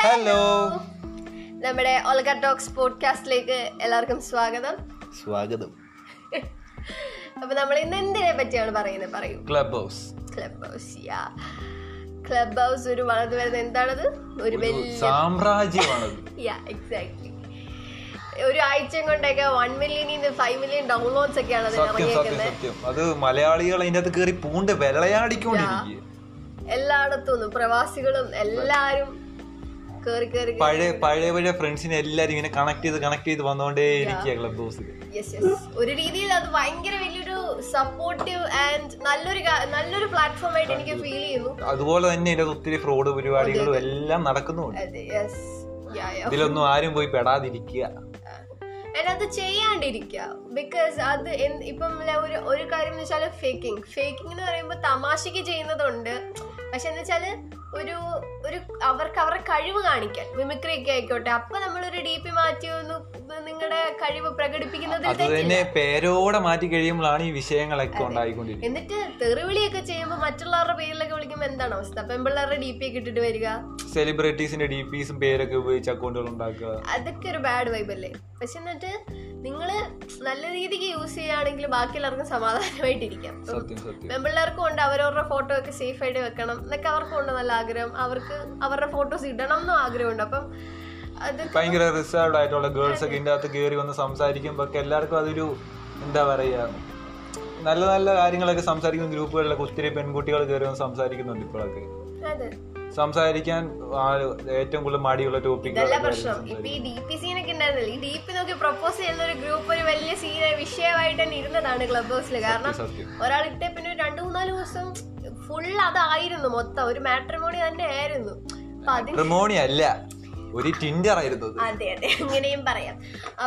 Hello നമ്മുടെ Olga talks പോഡ്കാസ്റ്റിലേക്ക് എല്ലാവർക്കും സ്വാഗതം സ്വാഗതം അപ്പൊ നമ്മൾ ഇന്ന് എന്തിനെ പറ്റിയാണ് പറയുന്നത് പറയൂ clubhouse clubhouse yeah clubhouse ഒരു വളർന്നു വരുന്ന എന്താണത് ഒരു വലിയ സാമ്രാജ്യമാണത് യാ എക്സാക്ട്ലി ഒരു ആഴ്ചയും കൊണ്ടൊക്കെ one million five million downloads ഒക്കെയാണ് അതിന് സത്യം സത്യം ഇറങ്ങിയേക്കുന്നത് സത്യം അത് മലയാളികൾ അതിന്റെ അകത്ത് കയറി പൂണ്ട് വിളയാടിക്കൊണ്ടിരിക്കുക എല്ലായിടത്തും നിന്നും പ്രവാസികളും എല്ലാരും കേറി കേറി പഴയ പഴയ പഴയ ഫ്രണ്ട്സിനെ എല്ലാരും ഇങ്ങനെ കണക്ട് ചെയ്ത് കണക്ട് ചെയ്ത് വന്നോണ്ടേ ഇരിക്കുക ക്ലബ് ഹൗസിൽ യെസ് യെസ് ഒരു രീതിയിൽ അത് ഭയങ്കര വലിയൊരു സപ്പോർട്ടീവ് ആൻഡ് നല്ലൊരു കാ- നല്ലൊരു പ്ലാറ്റ്ഫോം ആയിട്ട് എനിക്ക് ഫീൽ ചെയ്യുന്നു അതുപോലെ തന്നെ ഇതിന്റെ അകത്ത് ഒത്തിരി ഫ്രോഡ് പരിപാടികളും എല്ലാം നടക്കുന്നുണ്ട് അതെ യെസ് ഇതിലൊന്നും ആരും പോയി പെടാതിരിക്കുക അത് ചെയ്യാണ്ടിരിക്കുക ബിക്കോസ് അത് എന്ത്- ഇപ്പം ല- ഒരു ഒരു കാര്യം എന്ന് വെച്ചാൽ ഫേക്കിംഗ് ഫേക്കിംഗ് എന്ന് പറയുമ്പോൾ തമാശക്ക് ചെയ്യുന്നതുണ്ട് പക്ഷെ എന്ന് വെച്ചാൽ ഒരു ഒരു അവർക്ക് അവരുടെ കഴിവ് കാണിക്കാൻ മിമിക്രി ഒക്കെ ആയിക്കോട്ടെ അപ്പൊ നമ്മളൊരു ഡി പി മാറ്റി ഒന്ന് നിങ്ങളുടെ കഴിവ് പ്രകടിപ്പിക്കുന്നതിൽ അത് തന്നെ പേരോടെ മാറ്റി കഴിയുമ്പോഴാണ് ഈ വിഷയങ്ങളൊക്കെ ഉണ്ടായിക്കൊണ്ടിരിക്കുന്നത് എന്നിട്ട് തെറിവിളിയൊക്കെ ചെയ്യുമ്പോൾ മറ്റുള്ളവരുടെ പേരിലൊക്കെ വിളിക്കുമ്പോൾ എന്താണ് അവസ്ഥ പെമ്പിള്ളേരുടെ ഡി പി ഒക്കെ ഇട്ടിട്ട് വരിക സെലിബ്രിറ്റീസിന്റെ ഡി പിസും പേരൊക്കെ ഉപയോഗിച്ച് അക്കൗണ്ടുകൾ ഉണ്ടാക്കുക അതൊക്കെ ഒരു ബാഡ് വൈബ് അല്ലേ പക്ഷെ എന്നിട്ട് നിങ്ങൾ നല്ല രീതിക്ക് യൂസ് ചെയ്യുകയാണെങ്കിൽ ബാക്കി എല്ലാവർക്കും സമാധാനമായിട്ടിരിക്കാം സത്യം സത്യം പെമ്പിള്ളേർക്കും ഉണ്ട് അവരവരുടെ ഫോട്ടോ ഒക്കെ സേഫ് ആയിട്ട് വെക്കണം എന്നൊക്കെ അവർക്കും ഉണ്ട് നല്ല ആഗ്രഹം അവർക്ക് അവരുടെ ഫോട്ടോസ് ഇടണം എന്നും ആഗ്രഹമുണ്ട് അപ്പം അത് ഭയങ്കര റിസർവ്ഡ് ആയിട്ടുള്ള ഗേൾസ് ഒക്കെ ഇതിൻ്റെ അകത്ത് കയറി വന്ന് സംസാരിക്കുമ്പോൾ ഒക്കെ എല്ലാവർക്കും അതൊരു എന്താ പറയുക നല്ല നല്ല കാര്യങ്ങളൊക്കെ സംസാരിക്കുന്ന ഗ്രൂപ്പുകളിലൊക്കെ ഒത്തിരി പെൺകുട്ടികൾ കയറി വന്ന് സംസാരിക്കുന്നുണ്ട് ഇപ്പോഴൊക്കെ അതെ സംസാരിക്കാൻ ആ- ഏറ്റവും കൂടുതൽ മടിയുള്ള ടോപ്പിക്കുകൾ ഇതല്ല പ്രശ്നം ഇപ്പൊ ഈ ഡി പി സീനൊക്കെ ഉണ്ടായിരുന്നില്ല ഈ ഡി പി നോക്കി പ്രപ്പോസ് ചെയ്യുന്ന ഒരു ഗ്രൂപ്പ് ഒരു വലിയ സീന വിഷയമായിട്ട് തന്നെ ഇരുന്നതാണ് ക്ലബ് ഹൗസിൽ കാരണം സത്യം ഒരാൾ ഇട്ടേ പിന്നെ ഒരു രണ്ടു മൂന്നാല് ദിവസം ഫുൾ അതായിരുന്നു മൊത്തം ഒരു മാട്രിമോണി തന്നെ ആയിരുന്നു അപ്പൊ അത് റിമോണി അല്ല ഒരു ടിൻഡർ ആയിരുന്നു അത്. അതെ അതെ അങ്ങനെയും പറയാം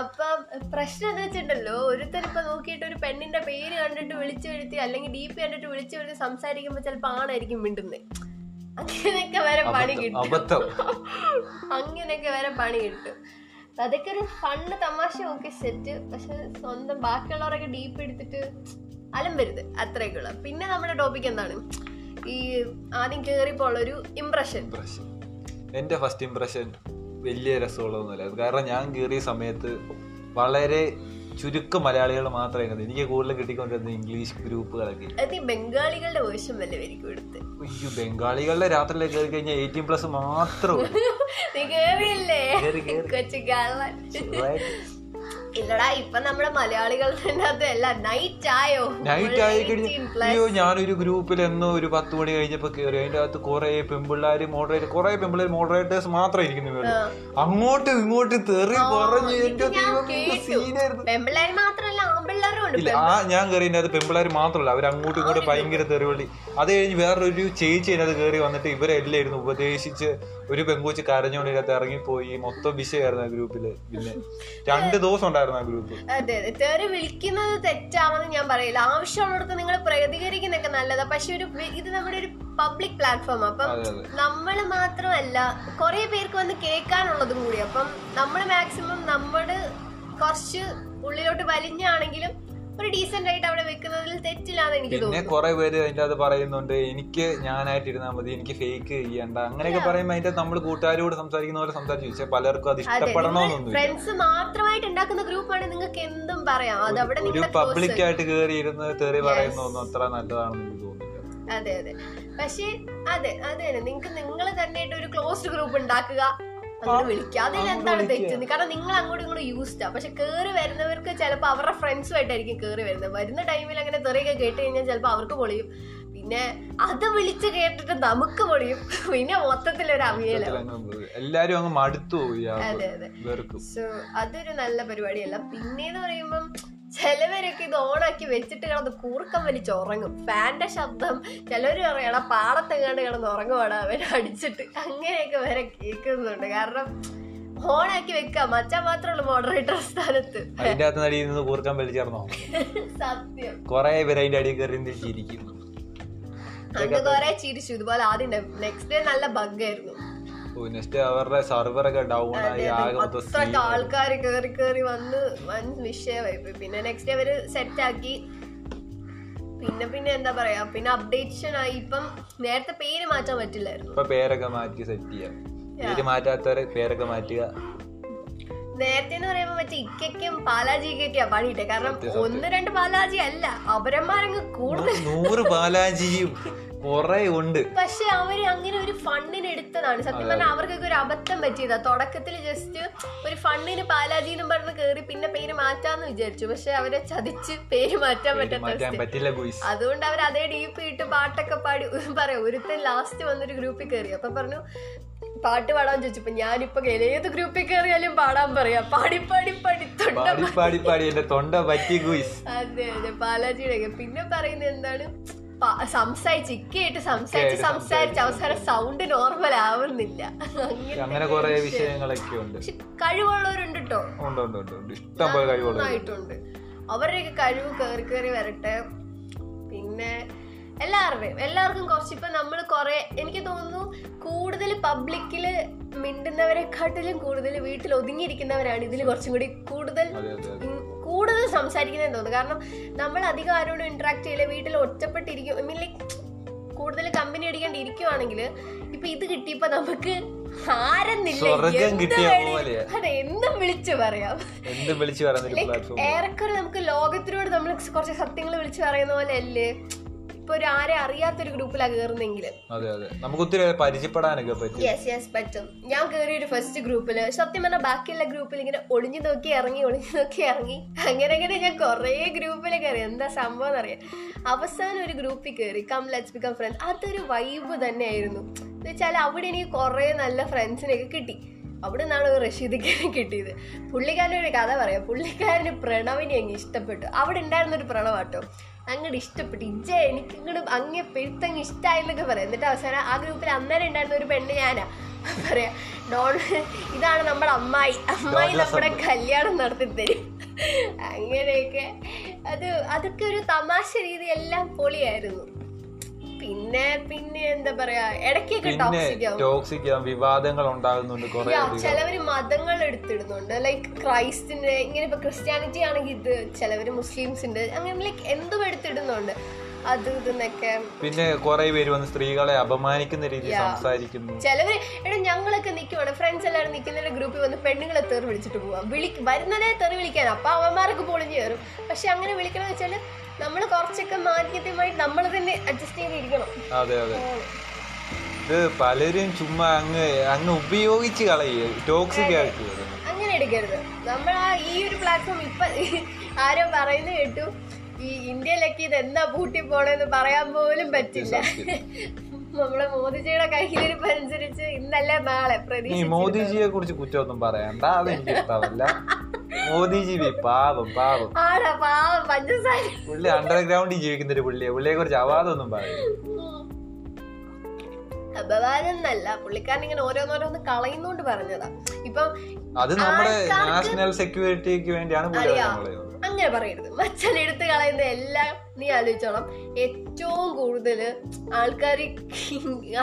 അപ്പം പ്രശ്നം എന്ന് വെച്ചിട്ടുണ്ടല്ലോ ഒരുത്തൻ ഇപ്പൊ നോക്കിയിട്ട് ഒരു പെണ്ണിന്റെ പേര് കണ്ടിട്ട് വിളിച്ചു വരുത്തി അല്ലെങ്കിൽ ഡി പി കണ്ടിട്ട് വിളിച്ചു വരുത്തി സംസാരിക്കുമ്പോൾ ചിലപ്പോ ആണായിരിക്കും മിണ്ടുന്നത് അങ്ങനെയൊക്കെ വരെ പണി കിട്ടും അബദ്ധം അങ്ങനെയൊക്കെ വരെ പണി കിട്ടും അതൊക്കെ ഒരു ഫണ്ട് തമാശ ഒക്കെ സെറ്റ് പക്ഷെ സ്വന്തം ബാക്കിയുള്ളവരൊക്കെ ഡീപ്പ് എടുത്തിട്ട് അലമ്പരുത് അത്രയൊക്കെ ഉള്ളു പിന്നെ നമ്മുടെ ടോപ്പിക് എന്താണ് ഈ ആദ്യം കയറിപ്പോൾ ഒരു ഇംപ്രഷൻ ഇംപ്രഷൻ എൻ്റെ ഫസ്റ്റ് ഇംപ്രഷൻ വലിയ രസമുള്ളതൊന്നുമില്ലായിരുന്നു കാരണം ഞാൻ കയറിയ സമയത്ത് വളരെ ചുരുക്കം മലയാളികൾ മാത്രമായിരുന്നു എനിക്ക് കൂടുതൽ കിട്ടിക്കൊണ്ടിരുന്നത് ഇംഗ്ലീഷ് ഗ്രൂപ്പുകളൊക്കെ അത് ഈ ബംഗാളികളുടെ വേഷം വല്ലതും ആയിരിക്കും എടുത്ത് അയ്യോ ബംഗാളികളുടെ രാത്രിയിലേക്ക് കയറി കഴിഞ്ഞാൽ എയ്റ്റീൻ പ്ലസ് മാത്രമേ നീ കേറിയില്ലേ കേറി, കേറി. കൊച്ചു കാണാൻ ഇല്ലടാ ഇപ്പൊ നമ്മുടെ മലയാളികളുടെ അകത്ത് എല്ലാം നൈറ്റ് ആയോ നൈറ്റ് ആയി കഴിഞ്ഞ് 18 അയ്യോ ഞാനൊരു ഗ്രൂപ്പിൽ എന്നോ ഒരു പത്ത് മണി കഴിഞ്ഞപ്പോ കയറി അതിന്റെ അകത്ത് കുറെ പെമ്പിള്ളാര് മോഡറേറ്റ് കുറെ പെമ്പിള്ളേർ മോഡറേറ്റേഴ്സ് മാത്രം ഇരിക്കുന്നു ഇവിടെ അങ്ങോട്ടും ഇങ്ങോട്ടും തെറി പറഞ്ഞു എന്റെ ദൈവം സീനായിരുന്നു പെമ്പിള്ളേർ മാത്രല്ല ആമ്പിള്ളേരും ഉണ്ട് ഇല്ല ആ ഞാൻ കയറി അത് പെമ്പിള്ളേർ മാത്രമല്ല അവർ അങ്ങോട്ടും ഇങ്ങോട്ടും ഭയങ്കര തെറിവിളി അത് കഴിഞ്ഞ് വേറൊരു ചേച്ചി അതിനകത്ത് കയറി വന്നിട്ട് ഇവരെല്ലാം ഇരുന്ന് ഉപദേശിച്ച് ഒരു പെങ്കൂച്ച് കരഞ്ഞുകൊണ്ട് ഇതിനകത്ത് ഇറങ്ങിപ്പോയി മൊത്തം വിഷയമായിരുന്നു ആ ഗ്രൂപ്പില് പിന്നെ രണ്ട് ദിവസം ഉണ്ടായിരുന്നു ആ ഗ്രൂപ്പ് അതെ അതെ തെറി വിളിക്കുന്നത് തെറ്റാണെന്ന് ഞാൻ പറയില്ല ആവശ്യമുള്ളിടത്ത് നിങ്ങൾ പ്രതികരിക്കുന്നൊക്കെ നല്ലതാ പക്ഷെ ഒരു വി- ഇത് നമ്മുടെ ഒരു പബ്ലിക് പ്ലാറ്റ്ഫോം അപ്പം അതെ അതെ നമ്മൾ മാത്രമല്ല കുറെ പേർക്ക് വന്ന് കേൾക്കാനുള്ളതും കൂടി അപ്പം നമ്മൾ മാക്സിമം നമ്മൾ കുറച്ച് ഉള്ളിലോട്ട് വലിഞ്ഞാണെങ്കിലും ഒരു ഡീസെന്റ് ആയിട്ട് അവിടെ വെക്കുന്നതിൽ തെറ്റില്ലാന്ന് എനിക്ക് പിന്നെ കുറെ പേര് അതിന്റെ അത് പറയുന്നുണ്ട് എനിക്ക് ഞാനായിട്ട് ഇരുന്നാൽ മതി എനിക്ക് ഫേക്ക് ചെയ്യണ്ട അങ്ങനെയൊക്കെ പറയുമ്പോൾ അതിന്റെ നമ്മൾ കൂട്ടുകാരോട് സംസാരിക്കുന്ന പോലെ സംസാരിച്ചു പക്ഷെ പലർക്കും അത് ഇഷ്ടപ്പെടണമെന്നൊന്നുമില്ല ഫ്രണ്ട്സ് മാത്രമായിട്ട് ഉണ്ടാക്കുന്ന ഗ്രൂപ്പാണ് നിങ്ങൾക്ക് എന്തും പറയാം അത് അവിടെ ഒരു നിങ്ങളുടെ പബ്ലിക് ആയിട്ട് കയറി ഇരുന്ന് തെറി പറയുന്നൊന്നും അത്ര നല്ലതാണെന്ന് എനിക്ക് തോന്നുന്നില്ല അതെ അതെ പക്ഷേ അതെ അതെ തന്നെ നിങ്ങൾക്ക് നിങ്ങൾ തന്നെയായിട്ട് ഒരു ക്ലോസ്ഡ് ഗ്രൂപ്പ് ഉണ്ടാക്കുക അങ്ങോട്ട് വിളിക്കുക അതിലെന്താണ് തെറ്റ് കാരണം നിങ്ങൾ അങ്ങോട്ടും ഇങ്ങോട്ടും യൂസ്ഡ് ആ പക്ഷെ കേറി വരുന്നവർക്ക് ചിലപ്പോൾ അവരുടെ ഫ്രണ്ട്സുമായിട്ടായിരിക്കും കേറി വരുന്നത് വരുന്ന ടൈമിൽ അങ്ങനെ തെറിയൊക്കെ കേട്ട് കഴിഞ്ഞാൽ ചിലപ്പോൾ അവർക്ക് പൊളിയും പിന്നെ അത് വിളിച്ച് കേട്ടിട്ട് നമുക്ക് പൊളിയും പിന്നെ മൊത്തത്തിലൊരു അവിയല അങ്ങ് എല്ലാരും അങ്ങ് മടുത്തു പോയി ആ അതെ അതെ വെറുക്കും സോ അതൊരു നല്ല പരിപാടിയല്ല പിന്നെന്ന് പറയുമ്പം ചിലവരൊക്കെ ഇത് ഓണാക്കി വെച്ചിട്ട് കിടന്ന് കൂർക്കം വലിച്ച് ഉറങ്ങും ഫാന്റെ ശബ്ദം ചിലവർ പറയണ പാടത്തെങ്ങാണ്ട് കിടന്ന് ഉറങ്ങുവാണ് അവൻ അടിച്ചിട്ട് അങ്ങനെയൊക്കെ വരെ കേൾക്കുന്നുണ്ട് കാരണം ഓണാക്കി വെക്കുക മച്ചാൻ മാത്രമുള്ളൂ മോഡറേറ്റർ സ്ഥാനത്ത് അതിന്റെ അകത്ത് നടിയിൽ നിന്ന് കൂർക്കാൻ വലിച്ചേർന്നോ സത്യം കുറെ പേര് അതിന്റെ അടിയിൽ കയറി തിരിച്ചിരിക്കുന്നു അന്ന് കുറെ ചിരിച്ചു ഇതുപോലെ ആദ്യം നെക്സ്റ്റ് ഡേ നല്ല ബഗ്ഗായിരുന്നു നെക്സ്റ്റ് അവരുടെ സർവറൊക്കെ ഡൗൺ ആയി ആകെ മൊത്തം അത്രയ്ക്ക് ആൾക്കാർ കയറി കയറി വന്ന് വൻ വിഷയമായി പോയി. പിന്നെ നെക്സ്റ്റ് അവര് സെറ്റ് ആക്കി പിന്നെ പിന്നെ എന്താ പറയാ പിന്നെ അപ്ഡേഷൻ ആയി ഇപ്പം നേരത്തെ പേര് മാറ്റാൻ പറ്റില്ലായിരുന്നു ഇപ്പൊ പേരൊക്കെ മാറ്റി സെറ്റ് ചെയ്യാം പേര് മാറ്റാത്തവരെ പേരൊക്കെ മാറ്റുക നേരത്തെ എന്ന് പറയുമ്പോ മറ്റേ ഇക്കയ്ക്കും പാലാജിക്കൊക്കെയാ പണിയിട്ടെ കാരണം സത്യം, സത്യം. ഒന്ന് രണ്ട് പാലാജി അല്ല അവരന്മാരങ്ങ് കൂടുതൽ നൂ- നൂറ് ബാലാജിയും കുറെ ഉണ്ട് പക്ഷെ അവര് അങ്ങനെ ഒരു ഫണ്ണിന് എടുത്തതാണ് സത്യം പറഞ്ഞാൽ അവർക്കൊക്കെ ഒരു അബദ്ധം പറ്റിയതാ തുടക്കത്തിൽ ജസ്റ്റ് ഒരു ഫണ്ണിന് പാലാജി എന്നും പറഞ്ഞ് കേറി പിന്നെ പേര് മാറ്റാന്ന് വിചാരിച്ചു പക്ഷെ അവരെ ചതിച്ച് പേര് മാറ്റാൻ പേര് പറ്റാത്ത മാറ്റാൻ അവസ്ഥ പറ്റില്ല ഗുയിസ് അതുകൊണ്ട് അവർ അതേ ഡീപ്പ് ഇട്ട് പാട്ടൊക്കെ പാടി പറയാം ഒരുത്തൻ ലാസ്റ്റ് വന്നൊരു ഗ്രൂപ്പിൽ കയറി അപ്പൊ പറഞ്ഞു പാട്ട് പാടാൻ ചോദിച്ചു ഇപ്പൊ ഞാനിപ്പോ ഏത് ഗ്രൂപ്പിൽ കയറിയാലും പാടാൻ പറയാം പാടി പാടി പാടി തൊണ്ട പാടി പാടി പാടി എന്റെ തൊണ്ട പറ്റി ഗുയിസ് അതെ അതെ ബാലാജിയുടെ ഒക്കെ പിന്നെ പറയുന്നത് എന്താണ് പ- സംസാരിച്ച് ഇക്കയായിട്ട് സംസാരിച്ച് ഇക്കയായിട്ട് സംസാരിച്ച് അവസാനം സൗണ്ട് നോർമൽ ആവുന്നില്ല അങ്ങനെ അങ്ങനെ കുറെ വിഷയങ്ങളൊക്കെ ഉണ്ട് പക്ഷെ കഴിവുള്ളവരുണ്ട് കേട്ടോ ഉണ്ട് ഉണ്ട് ഉണ്ട് ഉണ്ട് ഇഷ്ടം പോലെ കഴിവുള്ള നന്നായിട്ടുണ്ട് അവരുടെയൊക്കെ കഴിവ് കയറി കയറി വരട്ടെ പിന്നെ എല്ലാവരുടെയും എല്ലാവർക്കും കുറച്ച് ഇപ്പൊ നമ്മൾ കുറെ എനിക്ക് തോന്നുന്നു കൂടുതൽ പബ്ലിക്കില് മിണ്ടുന്നവരെക്കാട്ടിലും കൂടുതൽ വീട്ടിൽ ഒതുങ്ങിയിരിക്കുന്നവരാണ് ഇതിൽ കുറച്ചും കൂടി കൂടുതൽ അതെ അതെ അതെ. ഉം കൂടുതൽ സംസാരിക്കുന്നതെന്ന് തോന്നുന്നു കാരണം നമ്മൾ അധികം ആരോടും ഇന്ററാക്ട് ചെയ്യില്ല വീട്ടിൽ ഒറ്റപ്പെട്ടിരിക്കും ഐ മീൻ ലൈക്ക് കൂടുതൽ കമ്പനി അടിക്കാണ്ട് ഇരിക്കുവാണെങ്കിൽ ഇപ്പൊ ഇത് കിട്ടിയപ്പോ നമുക്ക് ആരെന്നില്ല സ്വർഗം എന്ത് കിട്ടിയ വേണേ- പോലെയാ. അതെ എന്തും വിളിച്ചു പറയാം എന്ത് വിളിച്ചു പറയുന്നൊരു പ്ലാറ്റ്ഫോം ഏറെക്കുറെ നമുക്ക് ലോകത്തിനോട് നമ്മൾ കുറച്ച് സത്യങ്ങൾ വിളിച്ചു പറയുന്ന പോലെ അല്ലേ ഇപ്പൊ ഒരു ആരെ അറിയാത്തൊരു ഗ്രൂപ്പിലാണ് കയറുന്നെങ്കിൽ അതെ അതെ നമുക്ക് ഒത്തിരി പേരെ പരിചയപ്പെടാനൊക്കെ പറ്റി യെസ് യെസ് പറ്റും ഞാൻ കയറിയ ഒരു ഫസ്റ്റ് ഗ്രൂപ്പിൽ സത്യം പറഞ്ഞാൽ ബാക്കിയുള്ള ഗ്രൂപ്പിൽ ഇങ്ങനെ ഒളിഞ്ഞു നോക്കി ഇറങ്ങി ഒളിഞ്ഞു നോക്കി ഇറങ്ങി അങ്ങനെ അങ്ങനെ ഞാൻ കുറേ ഗ്രൂപ്പിൽ കയറി എന്താ സംഭവം എന്നറിയാം അവസാനം ഒരു ഗ്രൂപ്പിൽ കയറി കം ലെറ്റ്സ് ബിക്കം ഫ്രണ്ട്സ് അതൊരു വൈബ് തന്നെയായിരുന്നു എന്ന് വെച്ചാൽ അവിടെ എനിക്ക് കുറേ നല്ല ഫ്രണ്ട്സിനെയൊക്കെ കിട്ടി അവിടെ നിന്നാണ് ഒരു റഷീദിക്കാരൻ കിട്ടിയത് പുള്ളിക്കാരൻ്റെ ഒരു കഥ പറയാം പുള്ളിക്കാരന് പ്രണവിനെ അങ്ങ് ഇഷ്ടപ്പെട്ടു അവിടെ ഉണ്ടായിരുന്ന ഒരു പ്രണവാട്ടോ അങ്ങോട്ട് ഇഷ്ടപ്പെട്ടു ഇജ്ജ എനിക്ക് ഇങ്ങോട്ട് അങ്ങേ പെഴുത്തങ്ങ് ഇഷ്ടമായെന്നൊക്കെ പറയാം എന്നിട്ട് അവസാനം ആ ഗ്രൂപ്പിൽ അന്നേരം ഉണ്ടായിരുന്ന ഒരു പെണ്ണ് ഞാനാ പറയാ ഡോൺ ഇതാണ് നമ്മുടെ അമ്മായി അമ്മായി നമ്മുടെ കല്യാണം നടത്തി തരും അങ്ങനെയൊക്കെ അത് അതൊക്കെ ഒരു തമാശ രീതി എല്ലാം പൊളിയായിരുന്നു പിന്നെ പിന്നെ എന്താ പറയാ ഇടയ്ക്കൊക്കെ പിന്നെ ടോക്സിക് ആവും ടോക്സിക് വിവാദങ്ങൾ ഉണ്ടാകുന്നുണ്ട് കുറെ Yeah, ചിലവര് മതങ്ങൾ എടുത്തിടുന്നുണ്ട് ലൈക്ക് ക്രൈസ്റ്റിന്റെ ഇങ്ങനെ ഇപ്പൊ ക്രിസ്ത്യാനിറ്റി ആണെങ്കിൽ ഇത് ചിലവര് മുസ്ലിംസിന്റെ അങ്ങനെ ലൈക്ക് എന്തും എടുത്തിടുന്നുണ്ട് അത് ഇതെന്നൊക്കെ പിന്നെ കുറെ പേര് വന്ന് സ്ത്രീകളെ അപമാനിക്കുന്ന രീതിയിൽ Yeah. സംസാരിക്കുന്നു ചിലവര് എടാ ഞങ്ങളൊക്കെ നിൽക്കുവാണ് ഫ്രണ്ട്സ് എല്ലാവരും നിൽക്കുന്നതിന്റെ ഗ്രൂപ്പിൽ വന്ന് പെണ്ണുങ്ങളെ തെറി വിളിച്ചിട്ട് പോവാം വിളി വരുന്നതേ തെറി വിളിക്കാൻ അപ്പൊ അവന്മാർക്ക് പൊളിഞ്ഞു കയറും പക്ഷെ അങ്ങനെ വിളിക്കണമെന്ന് വെച്ചാല് നമ്മൾ കുറച്ചൊക്കെ മാന്യതയുമായിട്ട് നമ്മൾ തന്നെ അഡ്ജസ്റ്റ് ചെയ്തിരിക്കണം അതെ അതെ ഇത് പലരും ചുമ്മാ അങ്ങ് അങ്ങ് ഉപയോഗിച്ച് കളയുക ടോക്സിക് ആക്കി അങ്ങനെ എടുക്കരുത് നമ്മൾ ആ ഈ ഒരു പ്ലാറ്റ്ഫോം ഇപ്പൊ ആരോ പറയുന്നത് കേട്ടു ഈ ഇന്ത്യയിലൊക്കെ ഇത് എന്താ പൂട്ടി പോണെന്ന് പറയാൻ പോലും പറ്റില്ല നമ്മളെ മോദിജിയുടെ കയ്യിലിരിപ്പ് അനുസരിച്ച് ഇന്നല്ല നാളെ ഈ പ്രതീക്ഷ മോദിജിയെ കുറിച്ച് കുറ്റമൊന്നും പറയണ്ട അതെനിക്ക് ഇഷ്ടമല്ല മോദിജി പാപം പാപം ആടാ പാവം പഞ്ചസാര പുള്ളി അണ്ടർഗ്രൗണ്ടിൽ ജീവിക്കുന്ന ഒരു പുള്ളിയെ പുള്ളിയെ കുറിച്ച് അവാദമൊന്നും പറയും ഉം. അപവാദം എന്നല്ല പുള്ളിക്കാരൻ ഇങ്ങനെ ഓരോന്നോരോന്ന് കളയുന്നോണ്ട് പറഞ്ഞതാ ഇപ്പം അത് നമ്മുടെ നാഷണൽ സെക്യൂരിറ്റിക്ക് വേണ്ടിയാണ് പുള്ളി അറിയാം. നമ്മളെ ചെയ്യുന്നത്. അങ്ങനെ പറയരുത് മച്ചൻ എടുത്ത് കളയുന്ന എല്ലാം നീ ആലോചിച്ചോണം ഏറ്റവും കൂടുതൽ ആൾക്കാർ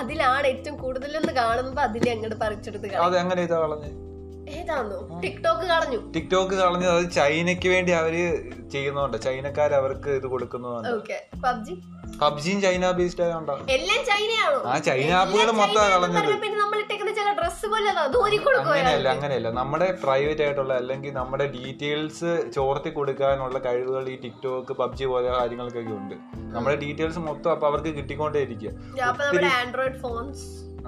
അതിലാണ് ഏറ്റവും കൂടുതൽ എന്ന് കാണുമ്പോ അതിനെ അങ്ങോട്ട് പറിച്ചെടുത്ത് കളയും അത് അങ്ങനെ ഇതാ കളഞ്ഞ് ഏതാന്നോ ടിക്ടോക്ക് കളഞ്ഞു ടിക്ടോക്ക് കളഞ്ഞത് അത് ചൈനയ്ക്ക് വേണ്ടി അവര് ചെയ്യുന്നതുകൊണ്ട് ചൈനക്കാർ അവർക്ക് ഇത് കൊടുക്കുന്നതുകൊണ്ട് ഓക്കെ പബ്ജി പബ്ജിയും ചൈന ബേസ്ഡ് ആയതുകൊണ്ടാണ് എല്ലാം ചൈനയാണോ ആ ചൈന ആപ്പുകൾ എല്ലാം മൊത്തം ചൈനയാണെന്ന് കളഞ്ഞത് പറഞ്ഞാ പിന്നെ നമ്മൾ ഇട്ടേക്കുന്ന ചില ഡ്രസ്സ് പോലെ ധോരി കൊടുക്കുക അങ്ങനെയല്ല അങ്ങനെയല്ല നമ്മുടെ പ്രൈവറ്റ് ആയിട്ടുള്ള അല്ലെങ്കിൽ നമ്മുടെ ഡീറ്റെയിൽസ് ചോർത്തി കൊടുക്കാനുള്ള കഴിവുകൾ ഈ ടിക്ടോക്ക് പബ്ജി പോലെ കാര്യങ്ങൾക്കൊക്കെ ഉണ്ട് നമ്മുടെ ഡീറ്റെയിൽസ് മൊത്തം അപ്പൊ അവർക്ക് കിട്ടിക്കൊണ്ടേ ഇരിക്കുക അപ്പൊ നമ്മുടെ ആൻഡ്രോയിഡ് ഫോൺസ്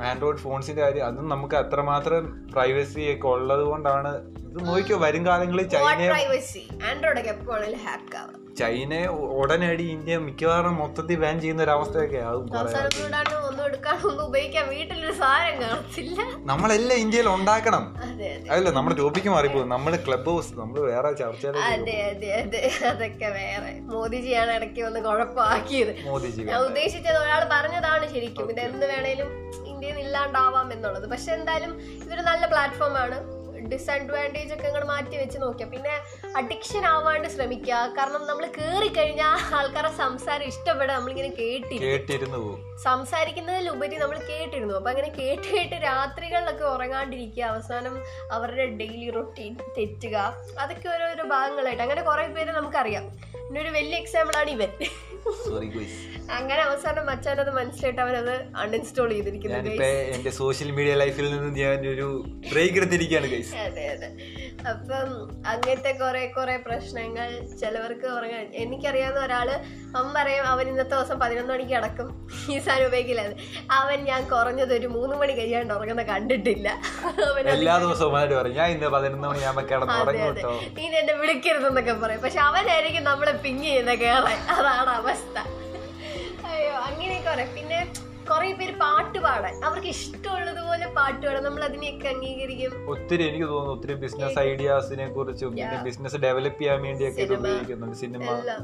ആൻഡ്രോയിഡ് ഫോൺസിന്റെ കാര്യം അതും നമുക്ക് അത്രമാത്രം പ്രൈവസി ഒക്കെ ഉള്ളത് കൊണ്ടാണ് ഇത് നോക്കിയോ വരും കാലങ്ങളിൽ ചൈനയെ പ്രൈവസി ആൻഡ്രോയിഡ് ഒക്കെ എപ്പോഴാണെങ്കിലും ഹാക്ക് ആവാം ചൈനയെ ഉടനടി ഇന്ത്യ മിക്കവാറും മൊത്തത്തിൽ ബാൻ ചെയ്യുന്ന ഒരു അവസ്ഥയൊക്കെ ആകും കുറെ അവസാനം ഒന്നും ഇടാണ്ട് ഒന്നും എടുക്കാണ്ട് ഒന്നും ഉപയോഗിക്കാൻ വീട്ടിലൊരു സാധനം കാണത്തില്ല നമ്മളെല്ലാം ഇന്ത്യയിൽ ഉണ്ടാക്കണം അതെ അതെ അതല്ല നമ്മുടെ ടോപ്പിക്ക് മാറിപ്പോകും നമ്മുടെ ക്ലബ് ഹൗസ് നമ്മൾ വേറെ ചർച്ചയിലേക്ക് അതെ അതെ അതെ അതൊക്കെ വേറെ മോദിജിയാണ് ഇടയ്ക്ക് വന്ന് കുഴപ്പമാക്കിയത് മോദിജി ഞാൻ ഉദ്ദേശിച്ചത് ഒരാൾ പറഞ്ഞതാണ് ശരിക്കും ഇത് എന്ത് വേണേലും ഇന്ത്യയിൽ നിന്ന് ഇല്ലാണ്ടാവാം എന്നുള്ളത് പക്ഷെ എന്തായാലും ഇതൊരു നല്ല പ്ലാറ്റ്ഫോം ആണ് ഡിസഡ്വാൻറ്റേജ് ഒക്കെ അങ്ങോട്ട് മാറ്റി വെച്ച് നോക്കിയാൽ പിന്നെ അഡിക്ഷൻ ആവാണ്ട് ശ്രമിക്കുക കാരണം നമ്മൾ കയറി കഴിഞ്ഞാൽ ആൾക്കാരുടെ സംസാരം ഇഷ്ടപ്പെടാൻ നമ്മളിങ്ങനെ കേട്ടിരിക്കും കേട്ടിരുന്നു പോകും സംസാരിക്കുന്നതിലുപരി നമ്മൾ കേട്ടിരുന്നു അപ്പൊ അങ്ങനെ കേട്ട് കേട്ട് രാത്രികളിലൊക്കെ ഉറങ്ങാണ്ടിരിക്കുക അവസാനം അവരുടെ ഡെയിലി റൊട്ടീൻ തെറ്റുക അതൊക്കെ ഓരോരോ ഭാഗങ്ങളായിട്ട് അങ്ങനെ കുറെ പേര് നമുക്കറിയാം പിന്നെ ഒരു വലിയ എക്സാമ്പിൾ ആണ് ഇവൻ സോറി ഗോയ്സ് അങ്ങനെ അവസാനം മച്ചാനത് മനസ്സിലായിട്ട് അവനത് അൺഇൻസ്റ്റാൾ ചെയ്തിരിക്കുന്നു ഞാനിപ്പോ എന്റെ സോഷ്യൽ മീഡിയ ലൈഫിൽ നിന്ന് ഞാൻ ഒരു ബ്രേക്ക് എടുത്തിരിക്കുകയാണ് ഗൈസ് അതെ അതെ അപ്പം അങ്ങനത്തെ കുറെ കുറെ പ്രശ്നങ്ങൾ ചിലവർക്ക് ഉറങ്ങാൻ എനിക്കറിയാവുന്ന ഒരാള് അവൻ പറയും അവൻ ഇന്നത്തെ ദിവസം പതിനൊന്ന് മണിക്ക് അടക്കും ഈ സാധനം ഉപയോഗിക്കില്ല അവൻ ഞാൻ കുറഞ്ഞത് ഒരു മൂന്ന് മണി കഴിയാണ്ട് ഉറങ്ങുന്ന കണ്ടിട്ടില്ല അവൻ എല്ലാ ദിവസവും മാറ്റി പറയും ഞാൻ ഇന്ന് പതിനൊന്ന് മണിയാകുമ്പോ കിടന്ന് ഉറങ്ങും കേട്ടോ നീ എന്നെ വിളിക്കരുതെന്നൊക്കെ പറയും പക്ഷെ അവനായിരിക്കും നമ്മളെ പിങ് ചെയ്യുന്ന കേളെ അതാണ് അവസ്ഥ അയ്യോ അങ്ങനെയൊക്കെ പറയാം പിന്നെ കുറേ പേര് പാട്ട് പാടാൻ അവർക്ക് ഇഷ്ടമുള്ളതുപോലെ പാട്ട് പാടാൻ നമ്മൾ അതിനെയൊക്കെ അംഗീകരിക്കും ഒത്തിരി എനിക്ക് തോന്നുന്നു ഒത്തിരി ബിസിനസ് ഐഡിയാസിനെ കുറിച്ചും പിന്നെ ബിസിനസ് ഡെവലപ്പ് ചെയ്യാൻ വേണ്ടിയൊക്കെ ഇത് ഉപയോഗിക്കുന്നുണ്ട് സിനിമ എല്ലാം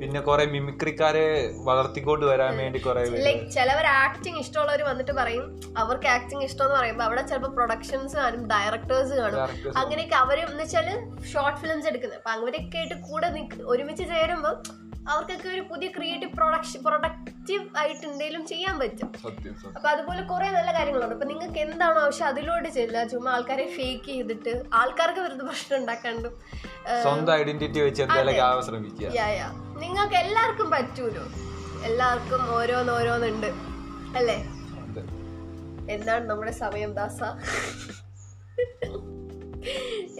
പിന്നെ കുറെ മിമിക്രിക്കാരെ വളർത്തിക്കൊണ്ട് വരാൻ വേണ്ടി കുറെ പേര് ലൈക്ക് ചിലവർ ആക്ടിങ് ഇഷ്ടമുള്ളവർ വന്നിട്ട് പറയും അവർക്ക് ആക്ടിങ് ഇഷ്ടം എന്ന് പറയുമ്പോൾ അവിടെ ചിലപ്പോൾ പ്രൊഡക്ഷൻസ് കാണും ഡയറക്ടേഴ്സ് കാണും Directors. അങ്ങനെയൊക്കെ അവർ എന്ന് വെച്ചാൽ ഷോർട്ട് ഫിലിംസ് എടുക്കുന്നത് അപ്പൊ അവരൊക്കെ ആയിട്ട് കൂടെ നിക്ക് ഒരുമിച്ച് ചേരുമ്പോൾ അവർക്കൊക്കെ ഒരു പുതിയ ക്രിയേറ്റീവ് പ്രൊഡക്ഷൻ പ്രൊഡക്റ്റീവ് ആയിട്ട് എന്തെങ്കിലും ചെയ്യാൻ പറ്റും സത്യം സത്യം അപ്പൊ അതുപോലെ കുറെ നല്ല കാര്യങ്ങളുണ്ട് അപ്പൊ നിങ്ങൾക്ക് എന്താണോ ആവശ്യം അതിലോട്ട് ചെല്ലുക ചുമ്മാ ആൾക്കാരെ ഫേക്ക് ചെയ്തിട്ട് ആൾക്കാർക്ക് വെറുതെ പ്രശ്നം ഉണ്ടാക്കാണ്ടും ഏഹ്, സ്വന്തം ഐഡന്റിറ്റി വെച്ച് എന്തെങ്കിലും ആവാൻ ശ്രമിക്കുക യാ, യാ. നിങ്ങൾക്ക് എല്ലാവർക്കും പറ്റൂലോ എല്ലാവർക്കും ഓരോന്ന് ഓരോന്നുണ്ട് അല്ലേ അതെ. എന്താണ് നമ്മുടെ സമയം ദാസ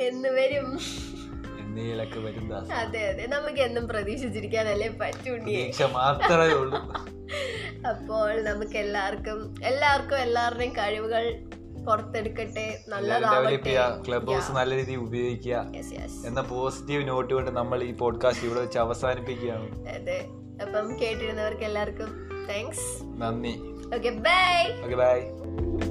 എന്ന് വരും എന്തെങ്കിലൊക്കെ വരും ദാസ് അതെ അതെ നമുക്ക് എന്നും പ്രതീക്ഷിച്ചിരിക്കാനല്ലേ പറ്റൂണ്ടി പ്രതീക്ഷ മാത്രമേ ഉള്ളൂ അപ്പോൾ നമുക്ക് എല്ലാവർക്കും എല്ലാവർക്കും എല്ലാവരുടെയും കഴിവുകൾ പുറത്തെടുക്കട്ടെ ഡെവലപ്പ് നല്ലതാവട്ടെ ചെയ്യുക ക്ലബ് ഹൗസ് നല്ല രീതിയിൽ ഉപയോഗിക്കുക Yes, yes. എന്ന പോസിറ്റീവ് നോട്ട് കൊണ്ട് നമ്മൾ ഈ പോഡ്കാസ്റ്റ് ഇവിടെ വെച്ച് അവസാനിപ്പിക്കുകയാണ് അതെ അപ്പം കേട്ടിരുന്നവർക്ക് എല്ലാവർക്കും താങ്ക്സ് നന്ദി ഓക്കെ ബൈ ഓക്കെ ബൈ